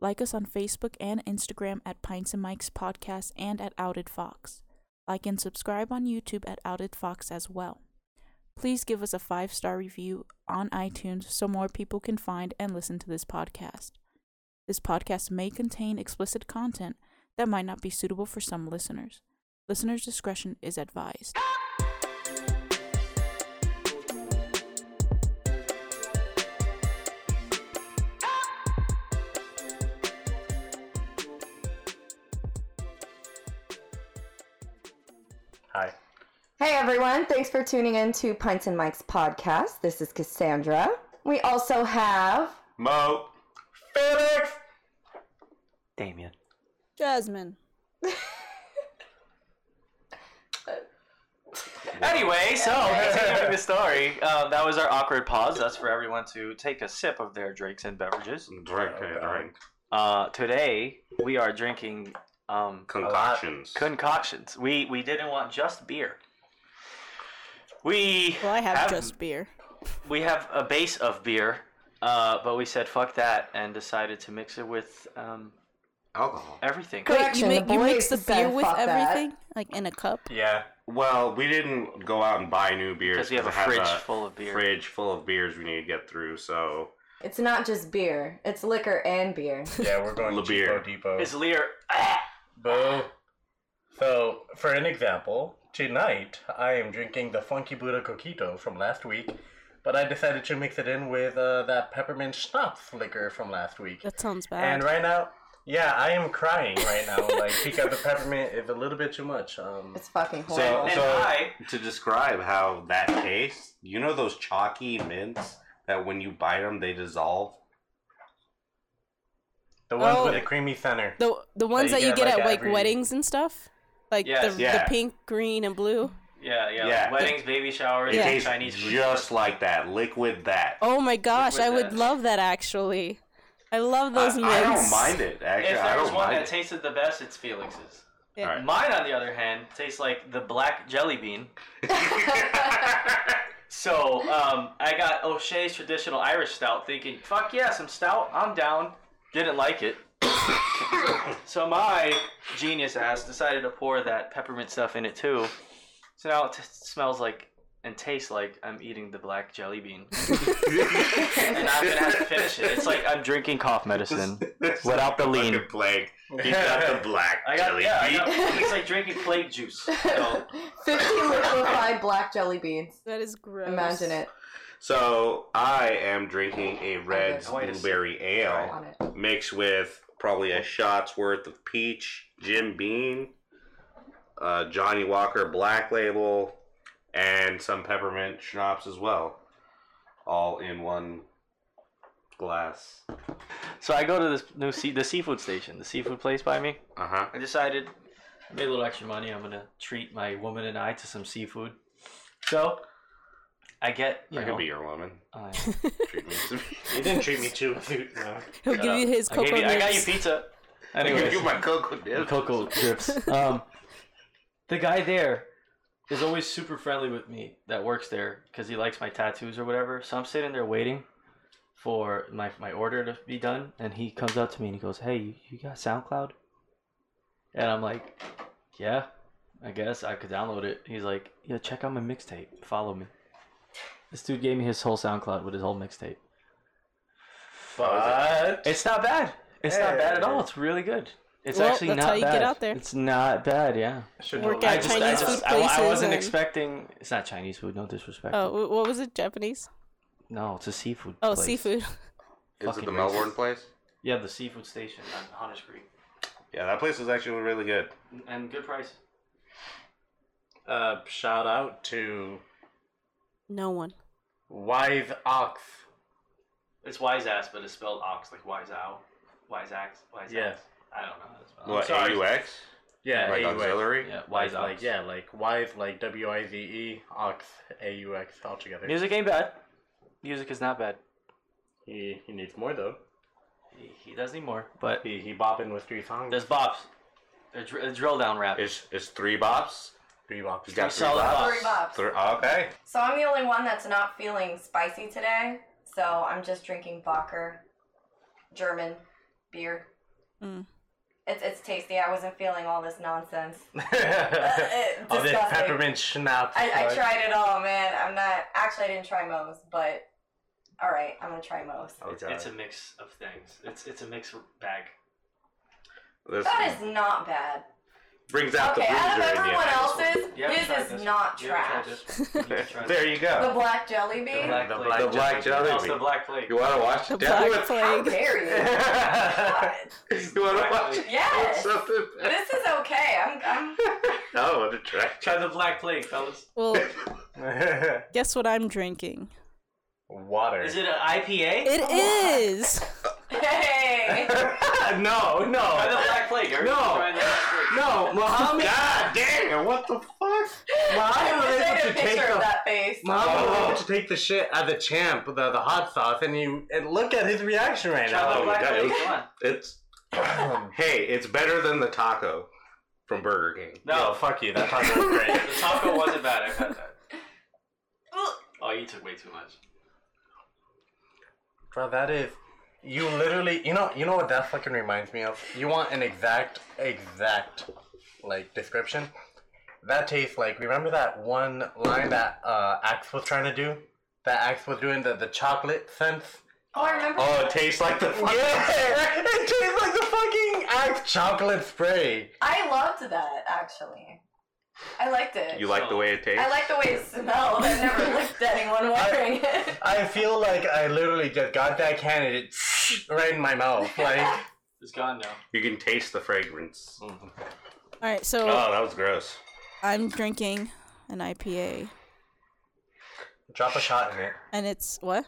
Like us on Facebook and Instagram at Pints and Mikes Podcast and at Outed Fox. Like and subscribe on YouTube at Outed Fox as well. Please give us a five star review on iTunes so more people can find and listen to this podcast. This podcast may contain explicit content that might not be suitable for some listeners. Listener's discretion is advised. Hi. Hey everyone, thanks for tuning in to Pints and Mike's podcast. This is Cassandra. We also have Mo. Felix. Damien. Jasmine. Anyway, so continuing the story, um, that was our awkward pause. That's for everyone to take a sip of their drinks and beverages. Drink, hey, drink. Uh, today we are drinking um, a lot- Concoctions. concoctions. We we didn't want just beer. We Well, I have, just beer. we have a base of beer, uh, but we said fuck that and decided to mix it with um, Alcohol. everything. Correction, Wait, you, make, the you mix boys the said beer with fuck that. everything? Like in a cup? Yeah, Well, we didn't go out and buy new beers because we have a I fridge full of beer. Fridge full of beers we need to get through. So it's not just beer, it's liquor and beer. Yeah, we're going La to Beer. Cheapo Depot. Is Lear? Ah! Boo. So, for an example, tonight I am drinking the Funky Buddha Coquito from last week, but I decided to mix it in with uh, that peppermint schnapps liquor from last week. That sounds bad. And right now, yeah, I am crying right now. like, because the peppermint is a little bit too much. Um, It's fucking So- horrible. and so- I to describe how that tastes, you know those chalky mints that when you bite them they dissolve. the ones Oh. with the creamy center. The the ones you that you get, get like, at like every- weddings and stuff. Like Yes. the, Yeah. the pink, green, and blue. Yeah, yeah. Yeah. Like weddings, baby showers, It and tastes Chinese food. just like that, liquid that. Oh my gosh, I Liquid would death. love that actually. I love I, those mints. I don't mind it. Actually, If I there was don't one mind that it. tasted the best, it's Felix's. Yeah. Alright. Mine, on the other hand, tastes like the black jelly bean. So um, I got O'Shea's traditional Irish stout, thinking, "Fuck yeah, some stout. I'm down." Didn't like it. so my genius ass decided to pour that peppermint stuff in it too. So now it t- smells like and tastes like I'm eating the black jelly bean, and I'm gonna have to finish it. It's like I'm drinking cough medicine. Without the lean. Fucking plague. He got the black I got, jelly yeah, I bean. got- it's like drinking plague juice. So, 50 liquefied black jelly beans. That is gross. Imagine it So I am drinking a Red's Oh, Wait a sec. blueberry ale on it. mixed with probably Oh. a shot's worth of peach, Jim Beam, uh, Johnny Walker Black Label, and some peppermint schnapps as well, all in one glass. so I go to this new sea, the seafood station, the seafood place by me. Uh huh. I decided I made a little extra money. I'm gonna treat my woman and I to some seafood. So I get you I know, could be your woman. I- Treat me. you didn't treat me too. No. He'll give you his I gave cocoa you- I got you nips. pizza. I Anyways, give you my cocoa dip. cocoa drips. Um, the guy there is always super friendly with me that works there because he likes my tattoos or whatever. So I'm sitting there waiting for my my order to be done, and he comes up to me and he goes, "Hey, you, you got SoundCloud?" And I'm like, "Yeah, I guess I could download it." He's like, "Yeah, check out my mixtape. Follow me." This dude gave me his whole SoundCloud with his whole mixtape. But, It's not bad. It's not bad at all. Hey. It's really good. It's Well, actually that's not how you get bad. out there. It's not bad. Yeah. should Work know. out I just, I, Chinese just, food I, I places wasn't and- expecting. It's not Chinese food. No disrespect. Oh, wh- what was it? Japanese? no, it's a seafood. Oh, place. seafood. Is it fucking the Melbourne racist. place? Yeah, the seafood station on Hunters Creek, Yeah, that place is actually really good. and good price. uh, shout out to No one. Wise Ox. It's wise ass, but it's spelled ox like wise owl, wise axe, wise Yeah. axe. I don't know how to spell. it. What, sorry. AUX? Yeah, Like AUX. auxiliary? Yeah, wise Wise ox. like yeah, like wise like W I Z E ox A U X all together. Music ain't bad. Music is not bad. He he needs more though. He, he does need more, but He he bopping with three songs. there's bops. They're dr- drill down rap. It's, it's three bops. three bops. He's got three solid bops. bops. Three bops. uh, Three- oh, okay. So I'm the only one that's not feeling spicy today. So I'm just drinking Bocker German beer. Mm. It's it's tasty. I wasn't feeling all this nonsense. All this Uh, disgusting. peppermint schnapps. I, I right? tried it all, man. I'm not actually. I didn't try Moe's, but all right, I'm gonna try Moe's. Oh, It's, God. it's a mix of things. It's it's a mix bag. This That is not bad. brings out okay, the out of bruiser in you. everyone else's, You haven't tried this is this. not You haven't trash. tried this. You need to try there this. you The go. black jelly bean. The black, The plague. black- the black jelly No, it's the bean. black plague. You want to watch The Death Black Wish? How Plague. dare you? God. you want to Black watch? plague. Yes. Something bad. This is okay. I'm. I'm Oh, what a trash. Try the black plague, fellas. Well, guess what I'm drinking? Water. Is it an IPA? It is. hey. no, Try the no, black plague. Everyone's No. trying the black plague. no, Muhammad. God damn! What the fuck? I'm Muhammad was gonna able take a to take picture of the that face. Muhammad was Oh. able to take the shit out of the champ, the, the hot sauce, and you and look at his reaction right Try now. the Oh, black that plague. is- Come on. It's Um, hey, it's better than the taco from Burger King. no, No, Oh, fuck you. That taco was great. the taco wasn't bad. I've had that. Ugh. Oh, you took way too much. Bro, that is. You literally, you know, you know what that fucking reminds me of. You want an exact, exact, like description. That tastes like. Remember that one line that uh, Axe was trying to do. That Axe was doing the the chocolate sense. Oh, I remember. Oh, it tastes like the fucking Yeah, it tastes like the fucking Axe chocolate spray. I loved that actually. I liked it. You like the way it tastes? I like the way it smelled. I never looked at anyone wearing it. I feel like I literally just got that can and it right in my mouth. Like It's gone now. you can taste the fragrance. Oh. All right, so Oh, that was gross. I'm drinking an IPA, drop a shot in it. and it's what?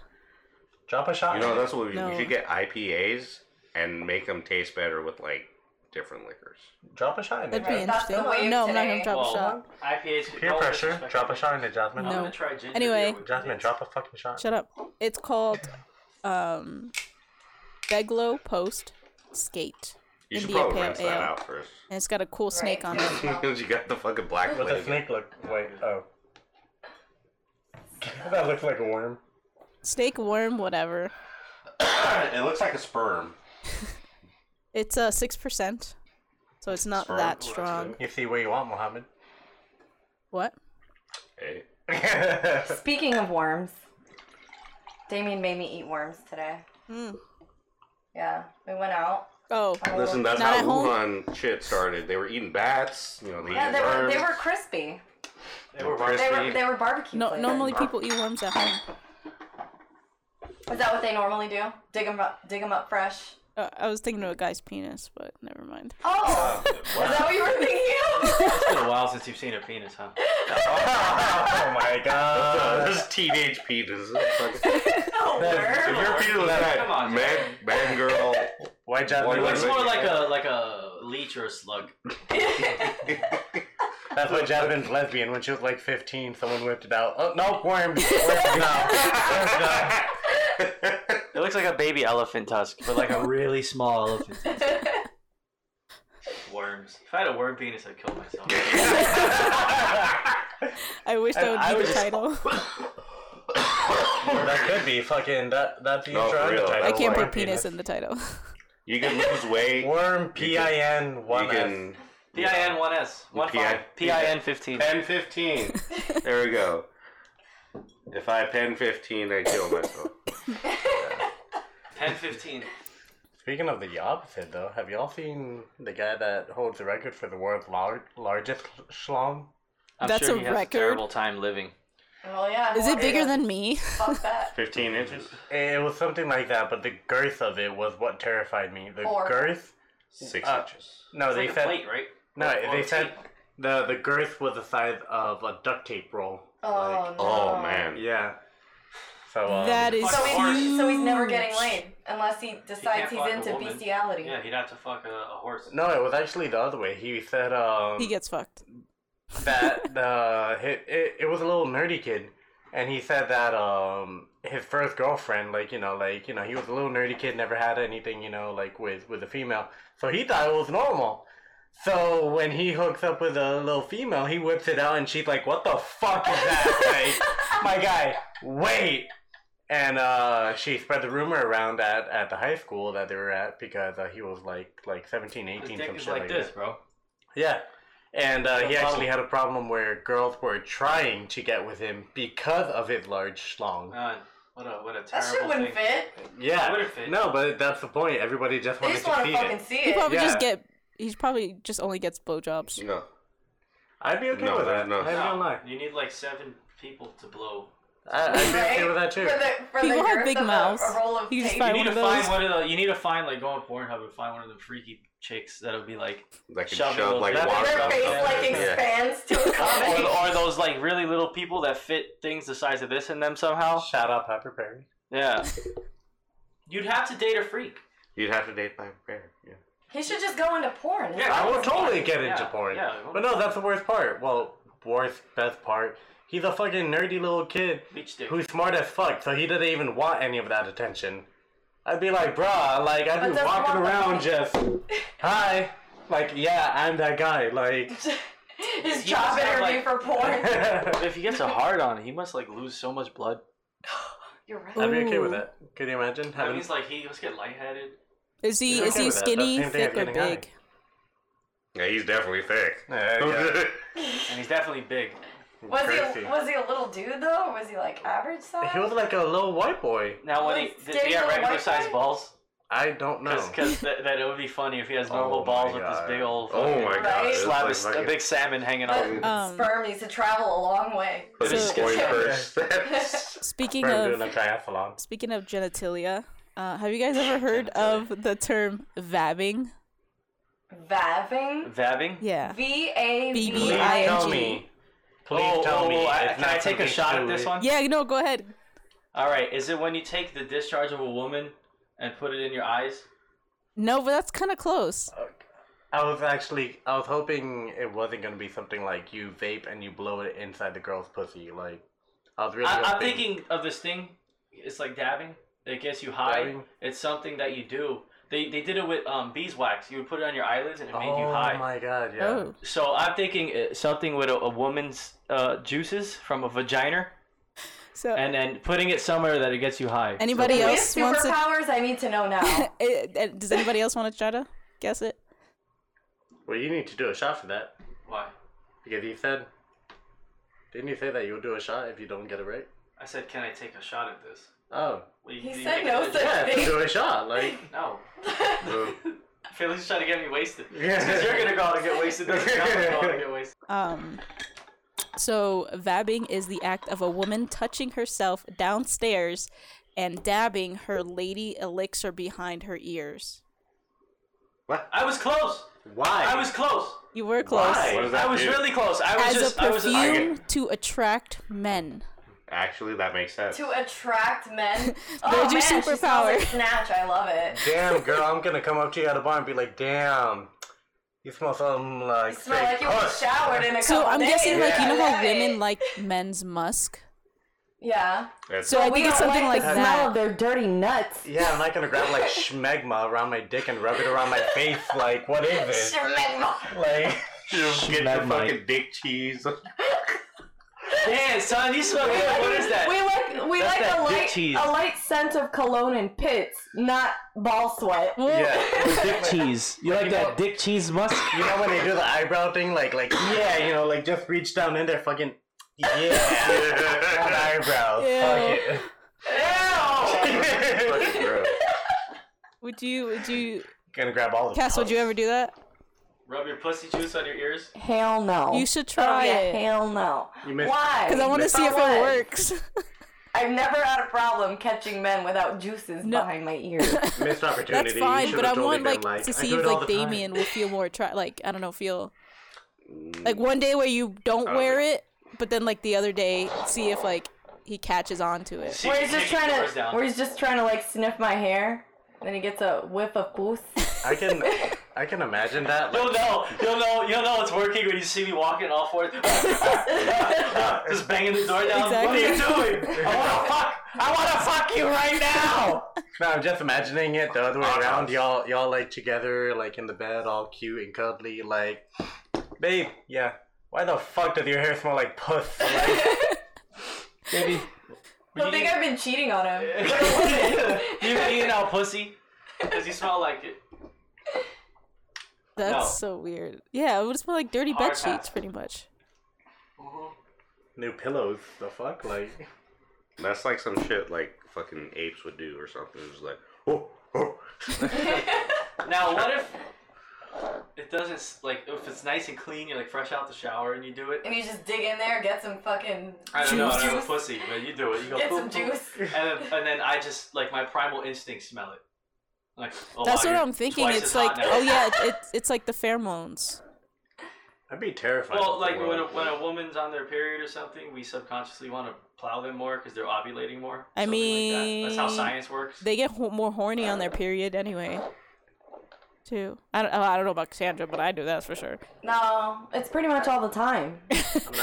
Drop a shot. You know, in it. that's what we, No. we should get IPAs and make them taste better with like different liquors. Drop a shot in it. That'd be Right, that's the interesting. wave No, I'm not today. gonna drop Well, a shot. IPAs. Peer no pressure. disrespect. Drop a shot in it, Jasmine. I'm No. gonna try ginger Anyway. beer with Jasmine, this. drop a fucking shot. Shut up. It's called um Beglow Post Skate. You should India probably Pale rinse Ale. that out first. And it's got a cool snake on it. Because you got the fucking black With a plague. snake look. Wait, oh. that looks like a worm. Snake worm, whatever. it looks like a sperm. It's uh six percent. So it's not Strong. that Ooh, that's strong. You see where you want, Mohammed. What? Hey. Speaking of worms, Damien made me eat worms today. Mm. Yeah, we went out. Oh. on a Listen, little- that's Not how at home? Wuhan shit started. They were eating bats. You know, they yeah, eat they were worms. they were crispy. They were Crispy. They were they were barbecue. No, flavored. normally people eat worms at home. is that what they normally do? Dig them up, dig 'em up fresh. Uh, I was thinking of a guy's penis, but never mind. Oh, is that what you were thinking It's been a while since you've seen a penis, huh? oh my Uh, god. this is teenage penis. of? no, If worm. your penis was Come that on, man, man, girl. Why Why Jasmine? It looks Looks, would- more like a like a leech or a slug. that's why Jasmine's lesbian. When she was like 15, someone whipped it out. Oh, no, worm. Worm's now. Worm's now. It looks like a baby elephant tusk, but like a really small elephant tusk. Worms. If I had a worm penis, I'd kill myself. I wish that I- would I be was the just- title. Or that could be fucking. That, that's the No, intro for and the real, title. I that's can't why- put penis in the title. you can lose weight. Worm P I N you 1 S. can PIN 1S. One PI five. PIN 15. pen fifteen. there we go. If I pen fifteen, I kill myself. Pen 15. Speaking of the opposite, though, have y'all seen the guy that holds the record for the world's lar- largest schlong? I'm That's sure a he has record. a terrible time living. Well, yeah. Is it well, bigger yeah, than me? Fuck that. Fifteen inches, It was something like that, but the girth of it was what terrified me. The Four. girth? six Uh, inches. No, It's they like said a plate, right? no. Or- or they a said tape. the the girth was the size of a duct tape roll. Oh no. Oh man. Like, uh, yeah. So um, that is So Fuck he's, huge. so he's never getting laid unless he decides he's fuck a into woman. bestiality. Yeah, he'd have to fuck a, a horse. no, it was actually the other way. He said um He gets fucked. that the it, it, it was a little nerdy kid and he said that um his first girlfriend like you know like you know he was a little nerdy kid never had anything you know like with with a female so he thought it was normal so when he hooks up with a little female he whips it out and she's like what the fuck is that like my guy wait And uh, she spread the rumor around at, at the high school that they were at because uh, he was like like 17, 18, the dick some is shit like, like this, that. bro. Yeah. And uh, he Wow. actually had a problem where girls were trying to get with him because of his large schlong. Man, what a what a terrible That shit wouldn't thing. fit. yeah. What if Uh, it- No, but that's the point. Everybody just They just wanted to want see to fucking it. see He it. probably just Yeah. get. He probably just only gets blowjobs. No. I'd be okay No, with that. no. I'd be No, online. you need like seven people to blow. I, I'd be okay Right? with that too. For the, for People the have girth big of a- mouths. A, roll of You just tape. find you need to one of find those. one of the. You need to find like go on Pornhub and find one of the freaky chicks that'll be like, That can Shove it shove like up. water. Their Their face Yeah. like Yeah. expands to a or, comic. or those like really little people that fit things the size of this in them somehow. Shout out Pepper Perry. Yeah. You'd have to date a freak. You'd have to date by prayer. Yeah. He should just go into porn. Yeah. I would totally get Yeah, into porn. yeah. But no, that's the worst part. Well, worst, best part. He's a fucking nerdy little kid Beach dick. who's smart as fuck, so he didn't even want any of that attention. I'd be like, bruh, like, I'd But be that's walking not the around point. just, hi. Like, yeah, I'm that guy. Like, His He job must have, interview like- for porn. I'd if he gets a hard on, he must like lose so much blood. You're right. be okay with Ooh. that. Could you imagine? That Having, means like he must get lightheaded. Is he Yeah, is okay he with that. That's skinny, the same thing as thick, or getting high. big? Yeah, he's definitely thick. Yeah, yeah. And he's definitely big. Was he Crazy. was he a little dude though, or was he like average size? He was like a little white boy. Now when he Well, did he skinny have little regular white sized guy? balls? I don't know. Because that, that it would be funny if he has normal Oh balls my with this God. big old oh fucking my Right? god. it's slab like of s- a fucking big salmon hanging But off. him. Um, sperm needs to travel a long way. fucking So- coin Yeah. purse. Speaking We're of doing a triathlon. Speaking of genitalia, uh, have you guys ever heard of the term vabbing? Vaving. Vabbing? Yeah. V A B Please B V. I tell N G. me. Please oh, tell oh, me. I, it's can not I take a something shot at silly. this one? Yeah, no, go ahead. All right. Is it when you take the discharge of a woman and put it in your eyes? No, but that's kind of close. uh, I was actually, I was hoping it wasn't going to be something like you vape and you blow it inside the girl's pussy. Like, I was really I, I'm hoping- thinking of this thing. It's like dabbing. It gets you high. Dabbing? It's something that you do. They, they did it with um, beeswax. You would put it on your eyelids and it made you oh high. my god, yeah. Oh, So I'm thinking uh, something with a, a woman's uh, juices from a vagina, so and then putting it somewhere that it gets you high. anybody With else wants to? superpowers, I need to know now. Eh, eh, Does anybody else want to try to guess it? Well, you need to do a shot for that. Why? Because you said, didn't you say that you'll do a shot if you don't get it right? I said, can I take a shot at this? Oh. Well, you- He you said make no it- such Yeah, thing. do a shot. Like, No. Philly's trying to get me wasted. Yeah. Because you're gonna go out and get wasted. This is not gonna go out and get wasted. Um, so vabbing is the act of a woman touching herself downstairs and dabbing her lady elixir behind her ears. I was close. why? I was close. You were close. Why? What does that I was do? really close. I was As just. a I was. perfume I, to attract men. Actually, that makes sense. to attract men. Oh There's man, your she smells superpower. like snatch. I love it. Damn, girl, I'm gonna come up to you at a bar and be like, damn, you smell something like. You smell fake like you were puss." showered in a So couple I'm days. guessing, like, you know how Right. women like men's musk? Yeah. That's- So I think it's something like, that. their dirty nuts. Yeah, I'm not gonna grab like schmegma around my dick and rub it around my face. Like, what is this? Like, get your Schmegma. fucking dick cheese. Damn, son, you smell good. What is that? We like we That's like that a dick light cheese. a light scent of cologne and pits, not ball sweat. yeah. dick cheese. You like that dick cheese musk? You know when they do the eyebrow thing, like, like yeah, you know, like just reach down in there, fucking yeah, that eyebrow, fuck it. Fucking gross. Would you? Would you? gonna grab all the. Cass, would you puss. ever do that? Rub your pussy juice on your ears. Hell no. You should oh, try yeah, it. Hell no. You missed- Why? Because I want to But see if why? it works. I've never had a problem catching men without juices No. behind my ears. Missed opportunity. That's you fine, should've but I totally want been like, to "I see do if it all like the time." Damien will feel more attra- like I don't know, feel like one day where you don't don't wear it, but then like the other day, see if like he catches on to it. See Where if he's you just take trying your doors to, down. where he's just trying to like sniff my hair, then he gets a whiff of goose. I can, I can imagine that. Like, You'll know, you'll know, you'll know it's working when you see me walking all fours. Just banging the door down. What are you doing? I wanna fuck. I wanna fuck you right now. No, I'm just imagining it the other way Uh-huh. around. Y'all, y'all like together, like in the bed, all cute and cuddly, like, babe, yeah. Why the fuck does your hair smell like puss? Like, baby, He'll Were you think eating- I've been cheating on him. you been eating out pussy? Does he smell like it? That's No. so weird. Yeah, it would smell like dirty Hard bed sheets, pass. pretty much. New pillows. The fuck, like. That's like some shit like fucking apes would do or something. It's like, oh, oh. Now, what if it doesn't s- like if it's nice and clean? You're like fresh out the shower and you do it. And you just dig in there, get some fucking I don't juice, know, I don't know juice, pussy, but you do it. You go get poop, some poop. juice. and then, and then I just like my primal instincts smell it. Like oh, That's wow, what you're I'm thinking. twice It's as hot like, now. oh yeah, it, it's- it's like the pheromones. I'd be terrified. Well, of the like when a, world. when a woman's on their period or something, we subconsciously want to plow them more because they're ovulating more. I something like that. that's how mean, science works. They get ho- more horny on their period anyway. Too. I don't, oh, I don't know about Cassandra, but I do that's for sure. No, it's pretty much all the time.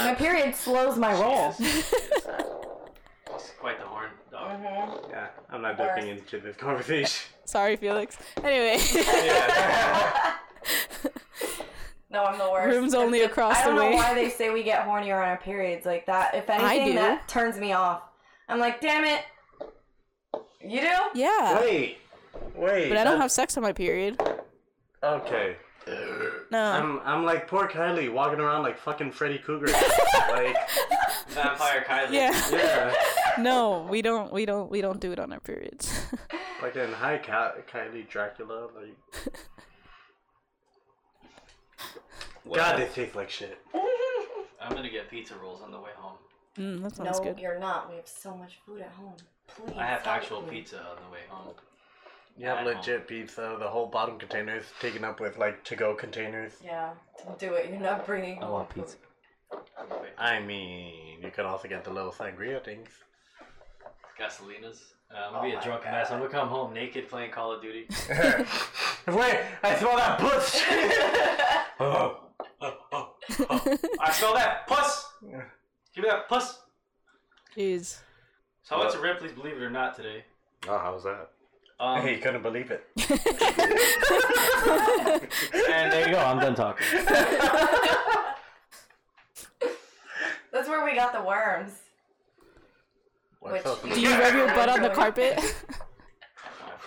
my period slows my roll. It's quite the horn dog. Yeah, I'm not jumping into this conversation. Sorry, Felix. Anyway, No, I'm the worst. room's only across I the don't know way. why they say we get hornier on our periods like that. If do. anything, that turns me off. I'm like, damn it. You do? Yeah, Wait, wait. but I don't have sex on my period. Okay. No, I'm I'm like poor Kylie walking around like fucking Freddy Cougar. like Vampire Kylie. yeah, yeah, no, we don't, we don't, we don't do it on our periods. fucking hi Ky- Kylie Dracula. Like God, they taste like shit. I'm gonna get pizza rolls on the way home. mm, that sounds No, good. you're not. We have so much food at home. Please. I have help actual me. pizza on the way home. You have At legit pizza. The whole bottom container is taken up with like to-go containers. Yeah. Don't do it. You're not bringing. Oh. I want pizza. I mean, you could also get the little sangria things. Gasolinas. Uh, Oh I'm gonna be a drunken mess. I'm gonna come home naked playing Call of Duty. Wait, I smell that puss. oh, oh, oh, oh. I smell that puss. Give me that puss. Jeez. So I went to Ripley's Believe It or Not today. oh, how's that? Um, hey, you couldn't believe it. And there you go. I'm done talking. That's where we got the worms. What's Which- up? Do you rub your butt on the carpet?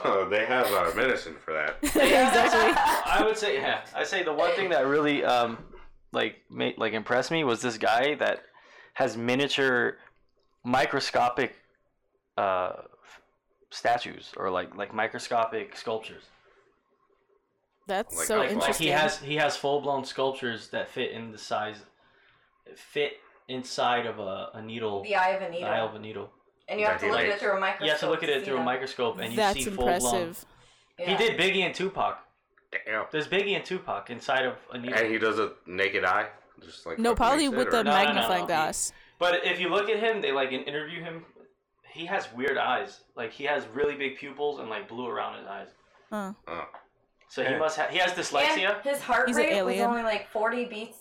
Oh, they have uh, medicine for that. exactly. I would say yeah. I say the one thing that really um like made like impressed me was this guy that has miniature microscopic uh statues or like like microscopic sculptures. That's Like so iPhone. Like interesting. he has he has full blown sculptures that fit in the size fit inside of a, a needle The eye of a the needle. eye of a needle. And you have to Like- look at it through a microscope. You have to look at to it see through a them. microscope and you That's see full blown. impressive. Yeah. He did Biggie and Tupac. Damn. There's Biggie and Tupac inside of a needle. And he does a naked eye, just like No, fucking probably makes it, with or- the No, no, no, magnifying no. glass. But if you look at him, they like interview him. He has weird eyes. Like he has really big pupils and like blue around his eyes. Huh. Oh. So he Yeah. must have. He has And dyslexia. his heart He's an rate was alien. only like 40 beats.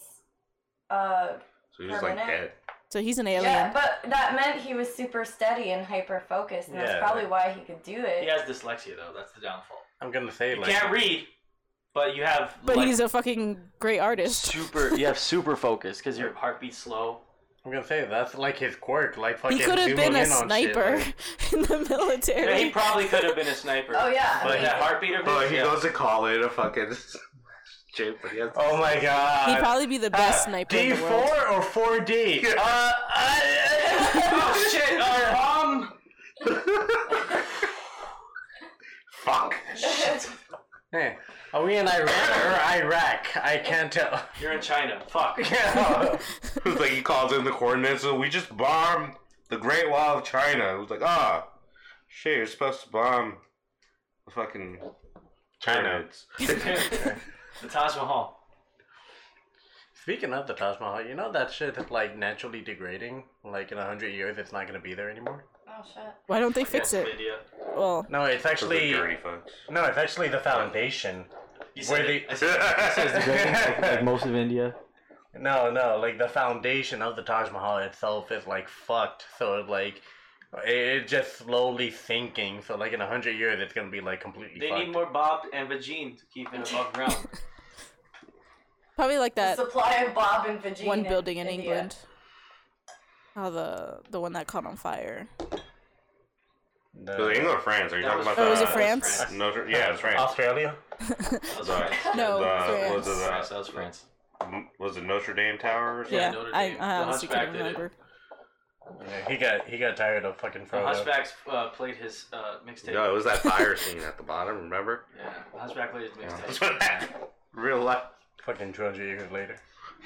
Uh, So he's like dead. Permanent. So he's an alien. yeah, but that meant he was super steady and hyper focused, and Yeah. that's probably why he could do it. He has dyslexia though. That's the downfall. I'm gonna say You like can't read, but you have. but like, he's a fucking great artist. super. You have super focus because your heartbeat's slow. I'm gonna say that's like his quirk. Like fucking He could have zooming been a in on shit, sniper like- in the Yeah, he military. probably could have been a sniper. Oh, yeah. But that heartbeat of his. But he yeah. goes to college, a fucking shit, but he has oh my god. He'd probably be the best sniper in the world. D4 or 4D? Yeah. Uh, oh shit! Uh, um. fuck. hey, are we in Iran or Iraq? I can't tell. You're in China. Fuck. Yeah. It's like he calls in the coordinates, and we just bombed the Great Wall of China. It was like, ah, shit, you're supposed to bomb the fucking pyramids. the Taj Mahal. Speaking of the Taj Mahal, you know that shit is like naturally degrading. Like in a hundred years, it's not gonna be there anymore. Oh, shit. Why don't they fix Yes, it? India. Oh. Well, No, it's Those are actually dirty fucks. no, it's actually the foundation. You Where said it. I they- said it. most of India. No, no, like the foundation of the Taj Mahal itself is like fucked. So like, it- it's just slowly sinking. So like in a hundred years, it's gonna be like completely They fucked. need more Bob and Vagine to keep it above ground. probably like The that supply of Bob and Vagina. one building in England. Oh, the the one that caught on fire. No. It was England or France? Are you That talking was- about Oh, the? was it France? No, yeah, it's France. Australia? That was Uh, France. No, the, France. was it, uh, France, That was France. was it Notre Dame Tower? or something? Yeah, Notre I, Dame. I The honestly couldn't Hunchback did it. remember. Yeah, he got he got tired of fucking Oh, The Frodo. Hunchbacks uh, played his uh, mixtape. No, it was that fire scene at the bottom. Remember? Yeah, the Hunchback played his Yeah. mixtape. That's what happened. Real life. Fucking 200 years later.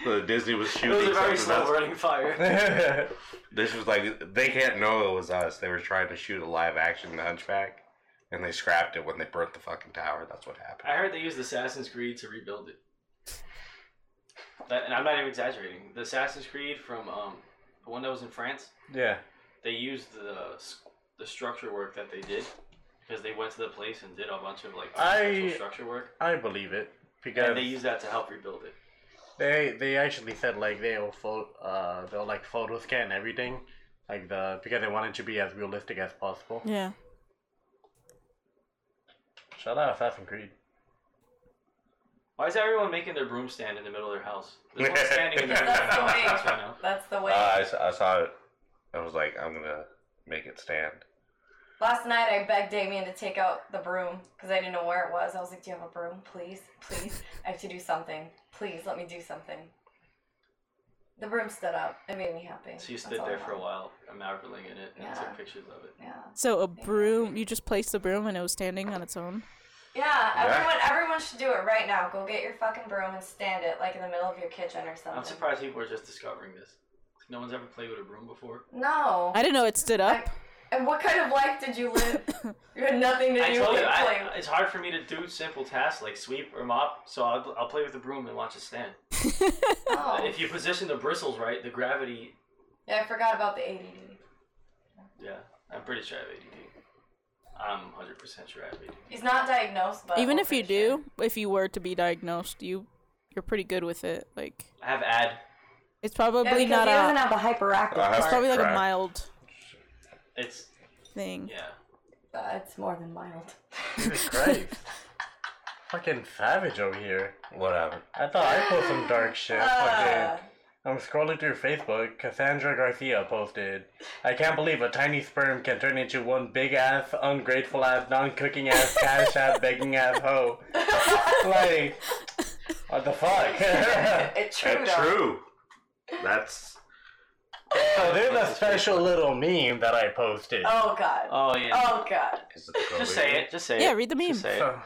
So Disney was It shooting. was a very something else. slow burning fire. This was like they can't know it was us. They were trying to shoot a live action Hunchback, and they scrapped it when they burnt the fucking tower. That's what happened. I heard they used Assassin's Creed to rebuild it. That, and I'm not even exaggerating. The Assassin's Creed from um, the one that was in France, yeah. they used the s- the structure work that they did because they went to the place and did a bunch of like architectural I- structure work, I believe it because and they used that to help rebuild it. they they actually said like they'll photo uh they'll like photo scan everything like the because they wanted to be as realistic as possible. Yeah. Shout out Assassin's Creed. Why is everyone making their broom stand in the middle of their house? There's one standing in the middle of That's the their way. house right now. That's the Uh, way. I, s- I saw it. I was like, I'm gonna make it stand. Last night I begged Damien to take out the broom because I didn't know where it was. I was like, "Do you have a broom, please? Please, I have to do something. Please, let me do something." The broom stood up. It made me happy. So you That's stood all I there for a want. while, marveling in it, and Yeah. took pictures of it. Yeah. So a broom, you just placed the broom and it was standing on its own. Yeah. Yeah. Everyone, everyone should do it right now. Go get your fucking broom and stand it like in the middle of your kitchen or something. I'm surprised people are just discovering this. No one's ever played with a broom before. No. I didn't know it stood up. and what kind of life did you live? you had nothing to do I told with you, play. I, it's hard for me to do simple tasks like sweep or mop, so I'll, I'll play with the broom and watch it stand. oh. If you position the bristles right, the gravity, Yeah, I forgot about the ADD. yeah, I'm pretty sure I have ADD. I'm 100% sure I have ADD. He's not diagnosed, but Even we're if you pretty sure. do, if you were to be diagnosed, you you're pretty good with it. Like I have ad. it's yeah, probably because not he doesn't a have a hyperactive I have- Uh-huh. it's part, probably like a Correct. mild It's, thing. yeah. but Uh, it's more than mild. Jesus Christ. Fucking savage over here. What happened? I thought I posted some dark shit. Ah. Fucking. I'm scrolling through Facebook. Cassandra Garcia posted, "I can't believe a tiny sperm can turn into one big ass, ungrateful ass, non-cooking ass, cash ass, begging ass hoe." like, what the fuck? It's true. That's though. true. That's so there's a special little meme that I posted. Oh god. Oh, yeah. Oh god. is it just say it. Just say it. Yeah, read the meme. Just say it. So-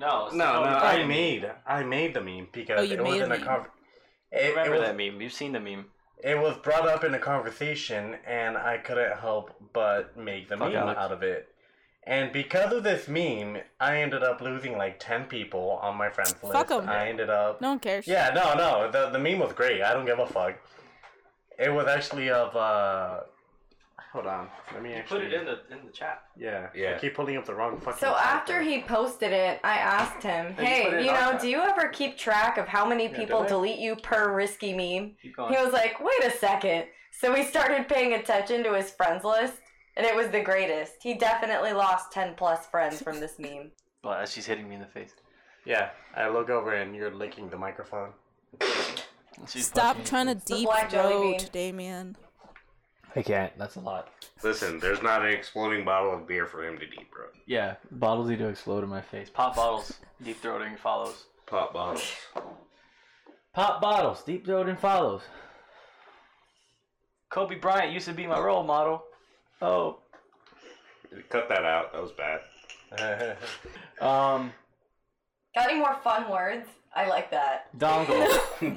No, it's no, no, the- Oh, I made, I made the meme because Oh, you it made was a in a meme. conver- I it, it remember was that meme. You've seen the meme. It was brought up in a conversation, and I couldn't help but make the Fuck meme Alex. out of it. And because of this meme, I ended up losing like 10 people on my friends list. Fuck 'em. I ended up. No one cares. Yeah, no, no. The, the meme was great. I don't give a fuck. It was actually of, uh. Hold on. Let me You actually. put it in the in the chat. Yeah. Yeah. I keep pulling up the wrong fucking. So after he. he posted it, I asked him, Then you "Hey, put it in you know, archive. do you ever keep track of how many Yeah, people did I? delete you per risky meme?" Keep He going. was like, "Wait a second. So we started paying attention to his friends list, and it was the greatest. He definitely lost 10 plus friends from this meme. But she's hitting me in the face. Yeah, I look over and you're licking the microphone. She's Stop trying to the deep black jelly throat, bean. Damien. I can't. That's a lot. Listen, there's not an exploding bottle of beer for him to deep throat. Yeah, bottles need to explode in my face. Pop bottles, deep throating follows. Pop bottles. Pop bottles, deep throating follows. Kobe Bryant used to be my role model. Oh. Cut that out. That was bad. Um, Got any more fun words? I like that. dongle.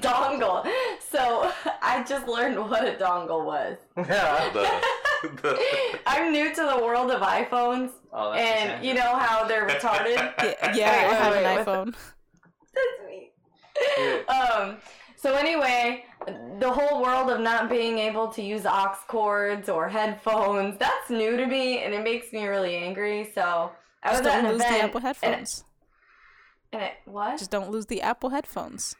dongle. So I just learned what a dongle was. yeah. The, the, I'm new to the world of iPhones, Oh, that's and Cassandra. you know how they're retarded. Yeah, yeah I wait, have wait, an what's iPhone. That's me. Um. So anyway, the whole world of not being able to use aux cords or headphones—that's new to me, and it makes me really angry. So I was Just at don't an lose the event, Apple headphones. and it what? Just don't lose the Apple headphones.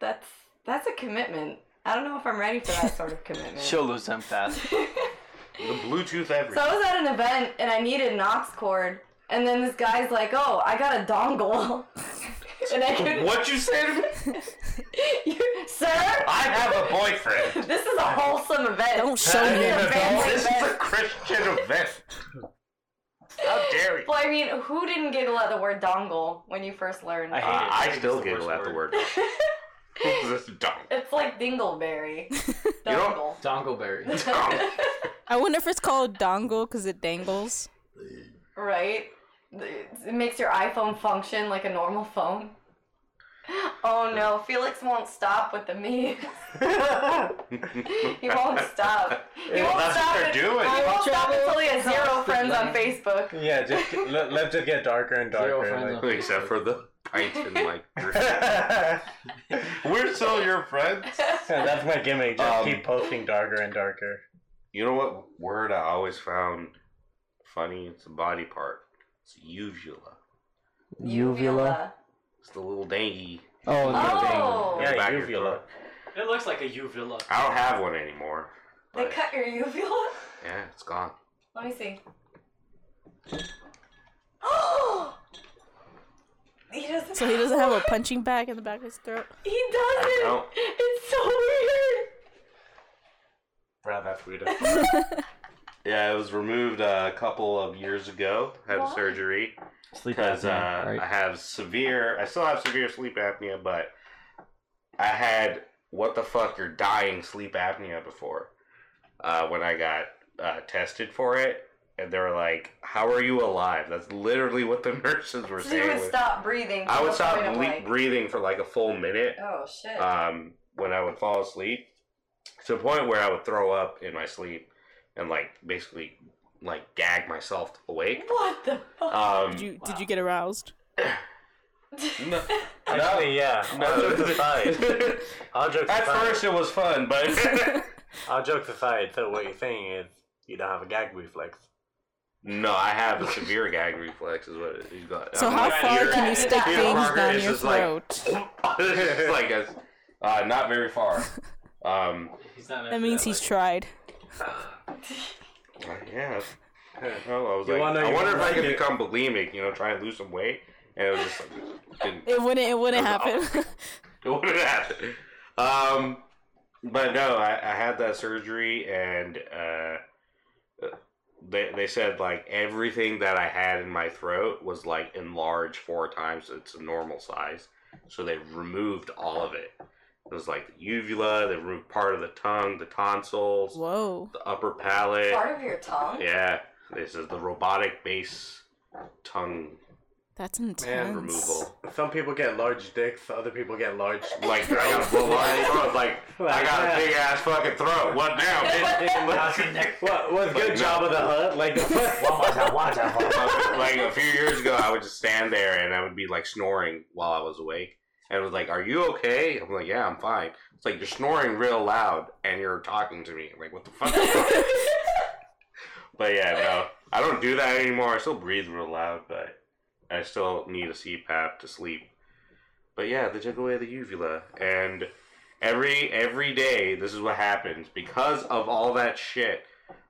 That's that's a commitment. I don't know if I'm ready for that sort of commitment. She'll lose them fast. the Bluetooth everything. So I was at an event and I needed an aux cord, and then this guy's like, "Oh, I got a dongle," and I could, what you say to me? you, sir, I have a boyfriend. this is a wholesome event. Don't show This me. is a family This is a event. Christian event. How dare you? Well, I mean, who didn't giggle at the word dongle when you first learned? I Uh, hate it. I think still it's the giggle worst at the word. This is dumb. It's like dingleberry. Dongle. Dongleberry. I wonder if it's called dongle because it dangles. right? It makes your iPhone function like a normal phone. Oh no, Felix won't stop with the memes. he won't stop. He Well, won't that's what stop. they're it- doing. He won't stop Travel until he has zero across the friends on land. Facebook. yeah, just let, let's just get darker and Zero darker. friends like- on Except for the pints and like. We're We're still your friends. Yeah, that's my gimmick. Just Um, keep posting darker and darker. You know what word I always found funny? It's a body part. It's uvula. Uvula. It's the little dingy. Oh, Oh, Yeah. back Yeah, your uvula. throat. It looks like a uvula. I don't have one anymore. they But cut your uvula. yeah, it's gone. Let me see. he doesn't. So he doesn't have a punching bag in the back of his throat. He doesn't. No. It's so weird. Wow, that's weird. Yeah, it was removed uh, a couple of years ago. Had Why? surgery Sleep because uh, I apnea, right? have severe. I still have severe sleep apnea, but I had what the fuck? You're dying sleep apnea before uh, when I got uh, tested for it, and they were like, "How are you alive?" That's literally what the nurses were So he saying. would when- stop breathing. I to would the stop point of, ble- like- breathing for like a full minute Oh shit. um, when I would fall asleep to the point where I would throw up in my sleep and like basically like gag myself awake. what the fuck? Um, Did you did you get aroused? no, Actually, yeah. All jokes aside, all jokes at aside, first it was fun, but all jokes aside. So what you're saying is you don't have a gag reflex. no, I have a severe gag reflex, is what it, you got. So I'm how like, far here- can you stick here, things Parker, down it's your just like- throat? it's just like a, uh, not very far. Um, He's not That means he's tried. yeah. Oh, I was You like, wanna- I you wonder if wanna I could get- become bulimic, you know, try and lose some weight. And it was just like, didn't It wouldn't it wouldn't happen. What would happen? Um, but no, I, I had that surgery, and uh, they they said like everything that I had in my throat was like enlarged four times its normal size, so they removed all of it. It was like the uvula, they removed part of the tongue, the tonsils, Whoa. the upper palate. Part of your tongue? Yeah, this is the robotic base tongue That's intense. removal. Some people get large dicks. Other people get large. Like I got a blow throat. Like I got a big ass fucking throat. What now? bitch? What was Like, good job of the hut? Like like a few years ago, I would just stand there and I would be like snoring while I was awake. And it was like, "Are you okay?" I'm like, "Yeah, I'm fine." It's like you're snoring real loud and you're talking to me. I'm like, "What the fuck?" but yeah, no, I don't do that anymore. I still breathe real loud, but I still need a CPAP to sleep. But yeah, they took away the uvula, and every every day, this is what happens because of all that shit.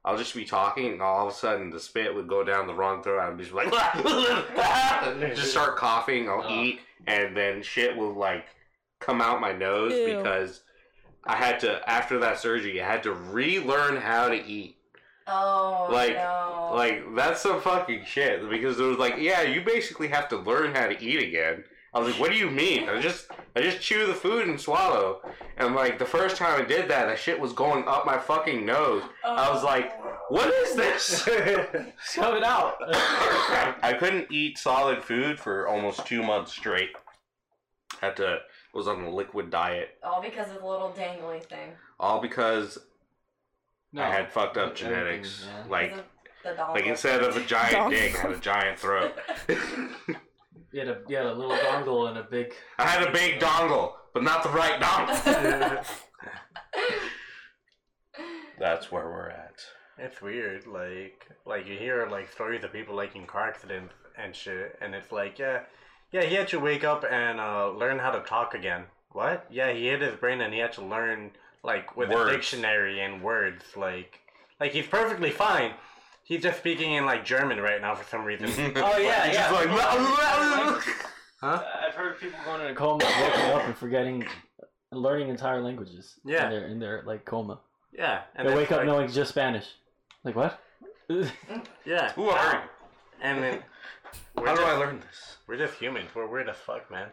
I'll just be talking, and all of a sudden the spit would go down the wrong throat. I'd be just like, just start coughing. I'll Oh. eat, and then shit will like come out my nose Ew. because I had to after that surgery. I had to relearn how to eat. Oh, Like- no. Like that's some fucking shit because there was like, yeah, you basically have to learn how to eat again. I was like, what do you mean? I just I just chew the food and swallow. And like the first time I did that, that shit was going up my fucking nose. I was like, what is this? Shove it out. I couldn't eat solid food for almost two months straight. Had to was on a liquid diet, all because of the little dangly thing. all because I had fucked up everything, genetics. yeah. Like Because of the dongle. like instead of a giant Dongle. dick, I had a giant throat. You had a you had a little dongle and a big. I had a big dongle, but not the right dongle. That's where we're at. It's weird, like like you hear like stories of people like in car accidents and shit, and it's like yeah, yeah, he had to wake up and uh, learn how to talk again. What? Yeah, he hit his brain and he had to learn like with Words. a dictionary and words. Like like he's perfectly fine. He's just speaking in like German right now for some reason. Oh yeah, Just like, huh? I've heard people going in a coma, waking up and forgetting, and learning entire languages. Yeah. in their, in their like coma. Yeah. they that's wake up like- knowing just Spanish. Like what? Yeah. who are you? And then Where how do did- I learn this? We're just humans. We're weird as fuck, man.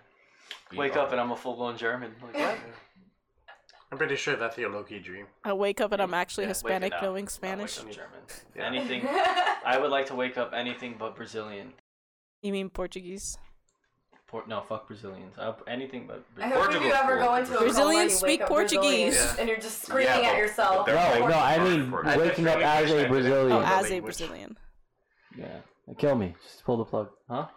Wake up and I'm a full blown German. Like, what? I'm pretty sure that's your Loki dream. I wake up and I'm actually Yeah, wake it Hispanic, up. knowing Not wake Spanish. up German. Anything. I would like to wake up anything but Brazilian. You mean Portuguese? Por- no, fuck Brazilians. I, anything but I Brazilian. hope if you Portugal. ever go into a Brazilians coma, you wake speak up Portuguese. Brazilian, Yeah. and you're just screaming Yeah, at but- yourself. but No, no, I mean Hardcore. waking up as a Brazilian. Oh, as a language. Brazilian. Yeah. Kill me. Just pull the plug. Huh? Oh,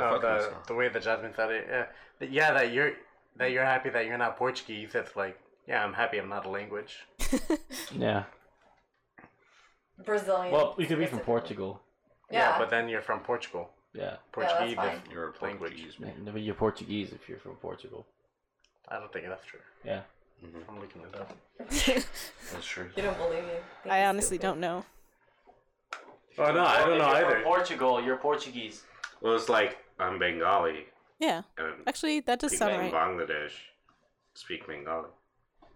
No, Oh, the, the way that Jasmine said it, yeah, But yeah, that you're that you're happy that you're not Portuguese. It's like, yeah, I'm happy I'm not a language. Yeah. Brazilian. Well, you could be from Portugal. Yeah, Yeah. but then you're from Portugal. Yeah. that's Portuguese fine. is You're a language. Portuguese man. But you're Portuguese if you're from Portugal. I don't think that's true. Yeah. I'm looking it up. Mm-hmm. That's true. you don't believe me. Think I it's honestly stupid. don't know. Oh no, I don't know either. Portugal, you're Portuguese. Well, it's like I'm Bengali Yeah, and actually, that does people sound in right. Bangladesh speak Bengali.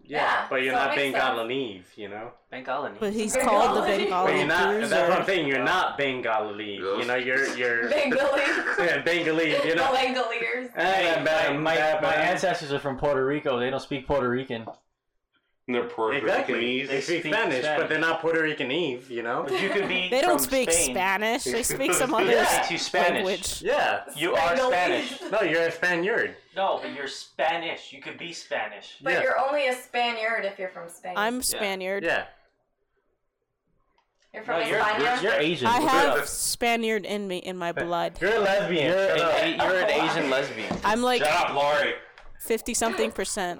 Yeah, Yeah, but you're so it not makes Bengalese, you know. Bengali. But he's called the Bengali. But Bengali you're not. That's what I'm bruiser. saying. You're not Bengalese. You know, you're you're Bengali. yeah, Bengalese. the You're not. Langoliers. Hey, my, bad, my, bad, my bad. ancestors are from Puerto Rico. They don't speak Puter Rican. And they're Puerto Exactly. Ricanese. They speak speak Spanish, Spanish. but they're not Puerto Ricanese, you know? But you could be. They from don't speak Spain. Spanish. They speak some other Yeah. They speak Spanish. language. Yeah. You are Spanish. No, you're a Spaniard. No, but you're Spanish. You could be Spanish. But Yeah. you're only a Spaniard if you're from Spain. I'm Spaniard. Yeah. You're No, from you're, España. you're, you're Asian. I have Spaniard in me, in my blood. You're a lesbian. You're, Shut up. an, you're an Asian lesbian. I'm like Shut up, Lori. 50 something percent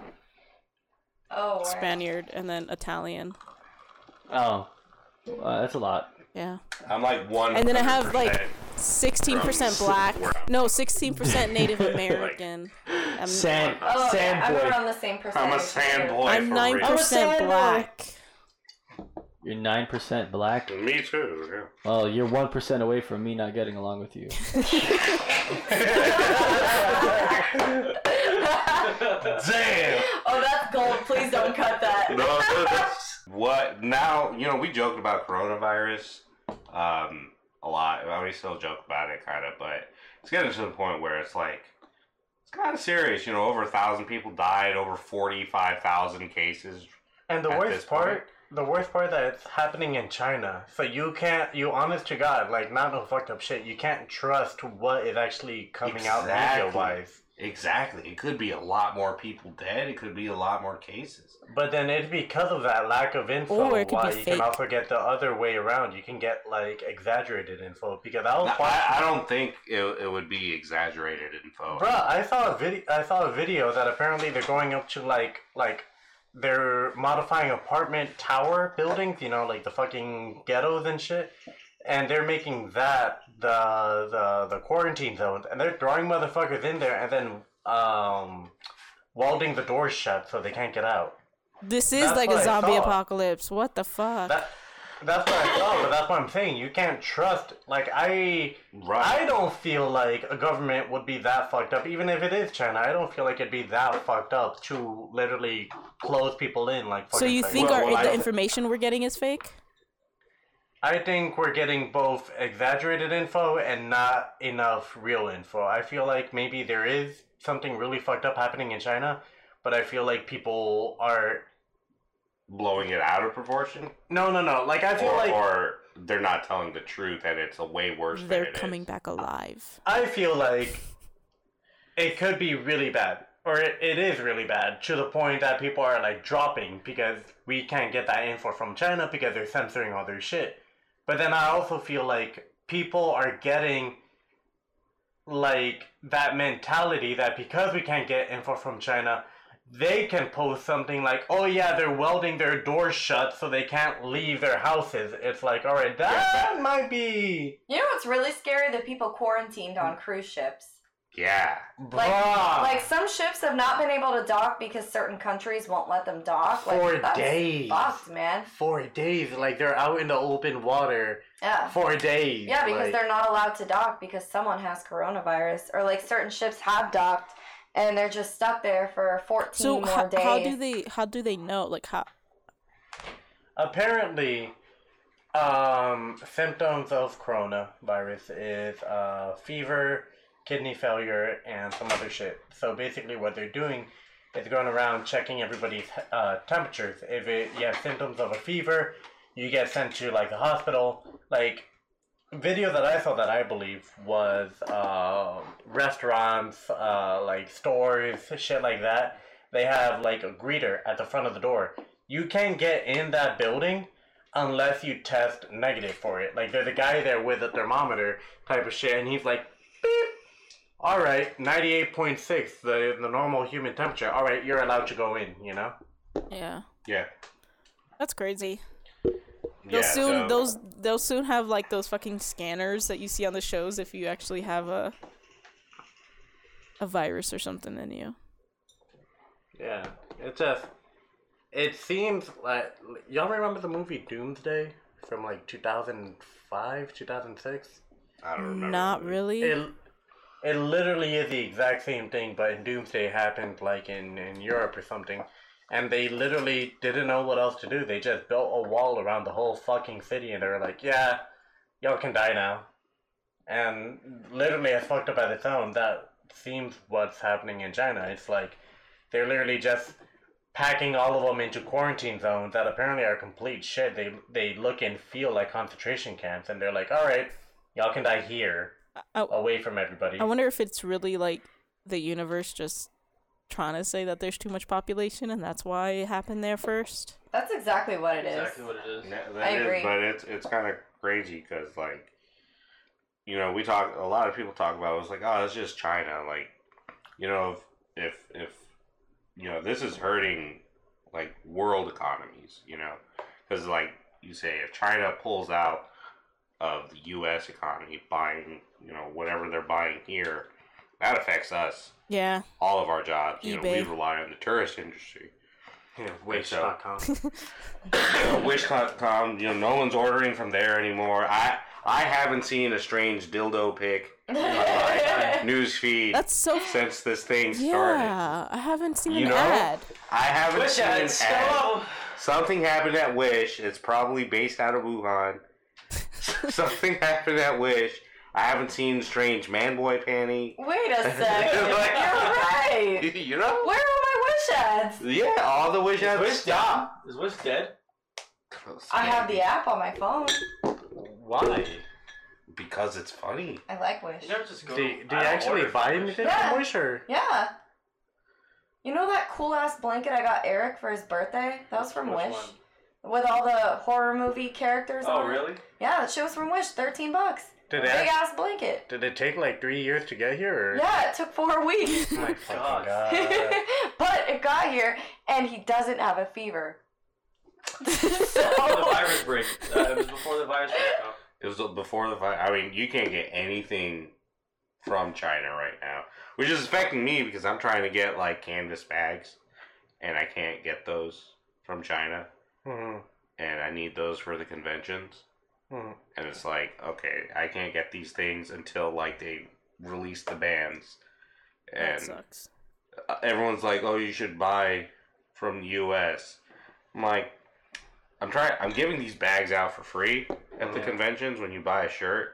oh, wow. Spaniard and then Italian. Oh, uh, that's a lot. Yeah. I'm like one. And then I have, like, 16% 16% black. No, 16% Native American. I'm, Sand, Oh, yeah, I'm sandboy. around the same percentage. I'm a sandboy. I'm for 9% black. You're nine percent black. real. Me too. Yeah. Well, you're one percent away from me not getting along with you. Damn. Oh, that's gold. Please don't cut that. No, that's- what now? You know, we joked about coronavirus um, a lot. I mean, we still joke about it kind of, but it's getting to the point where it's like it's kind of serious. You know, over a thousand people died, over forty-five thousand cases. And the At this worst point. part, the worst part that it's happening in China. So you can't, you honest to God, like not no fucked up shit. You can't trust what is actually coming out Exactly. media wise. Exactly. It could be a lot more people dead. It could be a lot more cases. But then it's because of that lack of info Or it could why be you fake. can also get the other way around. You can get like exaggerated info because I was Now, watching. I, I don't think it, it would be exaggerated info. Bruh, I saw a video. I saw a video that apparently they're going up to like like they're modifying apartment tower buildings. You know, like the fucking ghettos and shit. And they're making that the the the quarantine zones, and they're throwing motherfuckers in there, and then um, welding the doors shut so they can't get out. This is That's like what a I zombie thought. apocalypse. What the fuck? That that's what I saw, but that's what I'm saying. You can't trust. Like I. Right. I don't feel like a government would be that fucked up, even if it is China. I don't feel like it'd be that fucked up to literally close people in like. so fucking you thing. think Well, our well, the I- information we're getting is fake? I think we're getting both exaggerated info and not enough real info. I feel like maybe there is something really fucked up happening in China, but I feel like people are Blowing it out of proportion. no, no, no. Like I feel or, like or they're not telling the truth and it's a way worse than They're it is. coming back alive. I feel like it could be really bad, or it, it is really bad to the point that people are like dropping because we can't get that info from China because they're censoring all their shit. But then I also feel like people are getting like that mentality that because we can't get info from China, they can post something like, "Oh yeah, they're welding their doors shut so they can't leave their houses." It's like, all right, that might be, You know what's really scary? The people quarantined on cruise ships. Yeah. Like, Bruh. like some ships have not been able to dock because certain countries won't let them dock. Like, Four that's days. fucked, man. four days. Like they're out in the open water Yeah. four days. Yeah, because like- they're not allowed to dock because someone has coronavirus, or like certain ships have docked and they're just stuck there for 14 So more ho- days. how do they how do they know? Like how apparently Um, symptoms of coronavirus is uh, fever, kidney failure, and some other shit. So basically, what they're doing is going around checking everybody's uh, temperatures. If it, you have symptoms of a fever, you get sent to like the hospital. Like video that I saw that I believe was uh, restaurants, uh, like stores, shit like that. They have like a greeter at the front of the door. You can't get in that building unless you test negative for it. Like there's a guy there with a thermometer type of shit, and he's like, beep. All right, ninety-eight point six, the the normal human temperature. All right, you're allowed to go in. You know. Yeah. Yeah. That's crazy. yeah, They'll soon so- those they'll soon have like those fucking scanners that you see on the shows if you actually have a a virus or something in you. Yeah, it's just. It seems like y'all remember the movie Doomsday from like two thousand five, two thousand six. I don't remember. Not really. It it literally is the exact same thing, but in Doomsday happened like in in Europe or something, and they literally didn't know what else to do. They just built a wall around the whole fucking city, and they were like, "Yeah, y'all can die now." And literally, as fucked up as it sounds, that seems what's happening in China. It's like they're literally just packing all of them into quarantine zones that apparently are complete shit. They they look and feel like concentration camps, and they're like, "All right, y'all can die here." I- away from everybody. I wonder if it's really like the universe just trying to say that there's too much population and that's why it happened there first. That's exactly what it is. Exactly what it is. Yeah, I that is, agree. but it's it's kind of crazy because like, you know, we talk a lot of people talk about it was like, oh, it's just China. Like, you know, if if, if you know, this is hurting like world economies. You know, because like you say, if China pulls out of the U.S. economy, buying you know whatever they're buying here, that affects us. Yeah. All of our jobs. You know, we eBay. rely on the tourist industry. Yeah, wish.com. wish.com. Wish.com, you know, no one's ordering from there anymore. I I haven't seen a strange dildo pic on my news feed That's so since this thing started. Yeah. I haven't seen You an know? ad. I haven't Wish seen I an had ad. stole. Something happened at Wish. It's probably based out of Wuhan. Something happened at Wish. I haven't seen strange man boy panty. Wait a sec. You're Like- right. You know? Where are my wish ads? Yeah, all the Wish Is ads. Wish dead? Is Wish dead? I have the app on my phone. Why? Because it's funny. I like Wish. You never just go. Do, do you actually buy anything Yeah. from Wish or? Yeah. You know that cool ass blanket I got Eric for his birthday? That was from Wish. With all the horror movie characters Oh on it. really? Yeah, that shit was from Wish. 13 bucks. Did Big it, ass blanket. did it take like three years to get here? Or? Yeah, it took four weeks. Oh Uh. my fucking God. god. but it got here, and he doesn't have a fever. Before the so, virus break. Uh, it was before the virus break. It though. was before the fight. I mean, you can't get anything from China right now, which is affecting me because I'm trying to get like canvas bags, and I can't get those from China, Mhm, and I need those for the conventions. mhm. And it's like, okay, I can't get these things until like they release the bans, That and sucks. uh, everyone's like, "Oh, you should buy from the U.S." I'm like, I'm trying. I'm giving these bags out for free at the Yeah. conventions when you buy a shirt.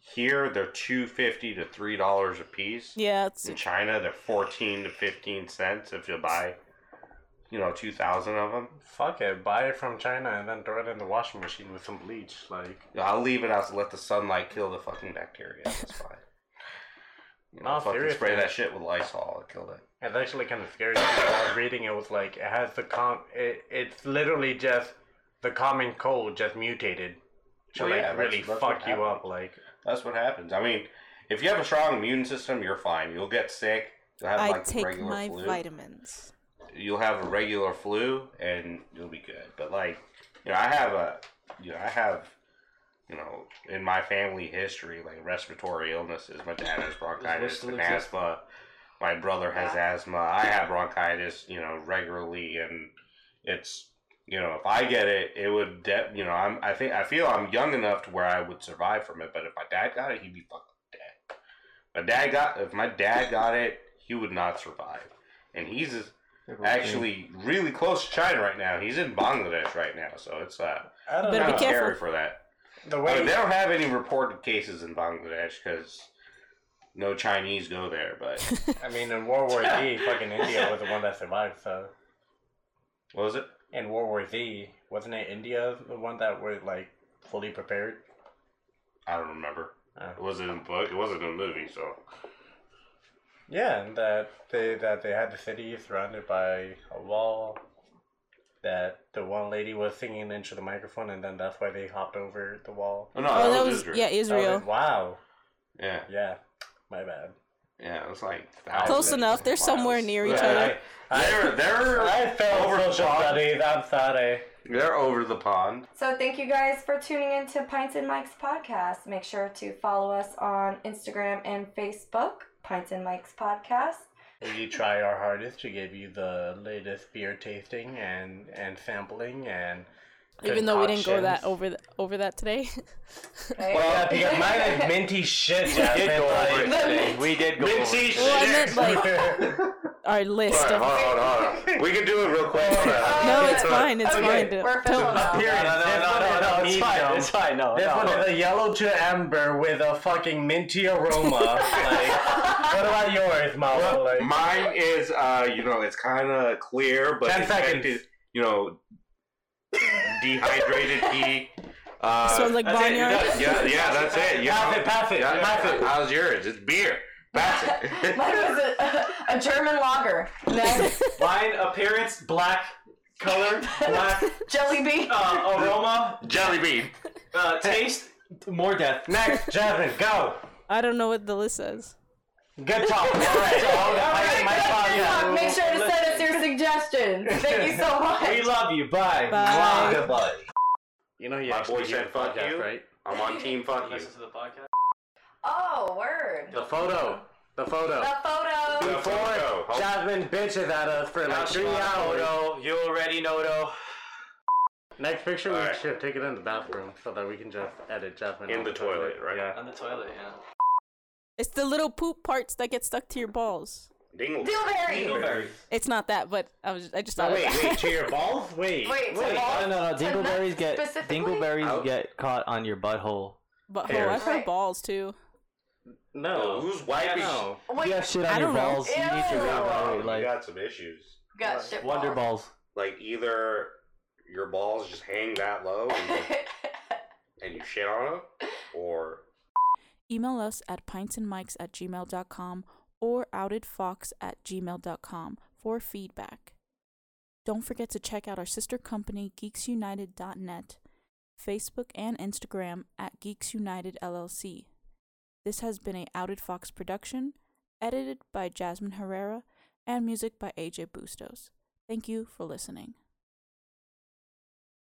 Here, they're two fifty to three dollars a piece. Yeah, it's In China, they're fourteen to fifteen cents if you buy, you know, two thousand of them. Fuck it, buy it from China and then throw it in the washing machine with some bleach. Like, I'll leave it out to let the sunlight kill the fucking bacteria. That's fine. You know, No, fucking seriously. spray that shit with Lysol. It killed it. it's actually kind of scary. I was reading it was like it has the com. It, it's literally just the common cold just mutated to Well, like yeah, that's- really that's what fuck you up. happened. Like, That's what happens. I mean, if you have a strong immune system, you're fine. You'll get sick. You'll have I like the take regular my flu. vitamins. You'll have a regular flu, and you'll be good. But like, you know, I have a, you know, I have, you know, in my family history, like respiratory illnesses. My dad has bronchitis still and exist? asthma. My brother has asthma. I have bronchitis, you know, regularly, and it's, you know, if I get it, it would, de- you know, I'm, I think, I feel I'm young enough to where I would survive from it. But if my dad got it, he'd be fucking dead. My dad got, if my dad got it, he would not survive, and he's, Pickle thing. actually really close to China right now. He's in Bangladesh right now, so it's uh, I don't Better kind be of know. careful. scary for that. I The mean, way they don't have any reported cases in Bangladesh because no Chinese go there. But I mean, in World War Z, fucking India was the one that survived. So what was it? in World War Z, wasn't it India the one that were like fully prepared? I don't remember. Uh, It wasn't in a book. It wasn't in a movie. So yeah, and that they that they had the city surrounded by a wall. That the one lady was singing into the microphone, and then that's why they hopped over the wall. oh no, Oh, that, that was, was Israel. yeah, Yeah, That was Israel. it. Wow. yeah, Yeah. My bad. yeah. It was like Close thousands enough. of They're somewhere miles. near each Yeah, other. I, I, They're they're I failed over the social pond. studies. I'm sorry. They're over the pond. So thank you guys for tuning in to Pints and Mike's podcast. Make sure to follow us on Instagram and Facebook, Pints and Mike's podcast. We try our hardest to give you the latest beer tasting and, and sampling and Even though we didn't go that concoctions. over the, over that today. Right? Yeah, because mine is minty shit. We did Jasmine, go over it like- today. We did go over it. E. Mixy Well, Oh, I meant shit. like our list Hold on, of. hold on, hold on. We can do it real quick. Hold Uh, on. No, it's fine. It's Okay, fine. We're Don't- filling up. Here, No, no, this no, one no, is no, a it's medium. fine. It's fine. No, This no. one is a yellow to amber with a fucking minty aroma. like, what about yours, Mama? Like, Mine is, uh, you know, it's kind of clear, but 10 it's meant seconds. to, you know, dehydrated pee. Uh, So like That's it, you're barnyard. done. yeah, yeah, that's it. You pass know? it, pass it, Yeah, pass it. How's yours? It's beer. Pass Mine it. was a, a German lager. Next, Mine appearance black color black jelly bean. uh, aroma Jelly bean. uh, taste more death. Next, Jasmine, go. I don't know what the list says. Good talk. All right. Alright, my, guys, my, good luck. Make sure to send us your suggestions. Thank you so much. We love you. Bye. Bye. Goodbye. You know, you My boy said fuck you. I'm on team fuck you. to the podcast. Oh, word. The photo. The photo. The photo. Before go, hold- Jasmine bitches at us for like three hours. You already know, though. Next picture, All we right. should take it in the bathroom so that we can just edit Jasmine In on the toilet, right? Yeah. On the toilet, yeah. It's the little poop parts that get stuck to your balls. Dingle. Dingleberry. Dingleberries. It's not that, but I was I just thought. No, of wait, that. wait, to your balls? Wait. Wait, to No, balls? no, no. To Dingleberries nuts get specifically? dingleberries Out. get caught on your butthole. But oh, I've heard Right. balls too. No, No. who's wiping? No. Wait, You have shit on I your don't know. balls. You need to Ew. reevaluate. you Like got some issues. got shit wonder balls. balls. Like either your balls just hang that low and and you shit on them, or Email us at pintsandmikes at gmail.com or outedfox at gmail.com for feedback. Don't forget to check out our sister company, geeksunited.net, Facebook and Instagram at Geeks United LLC. This has been a Outed Fox production, edited by Jasmine Herrera, and music by AJ Bustos. Thank you for listening.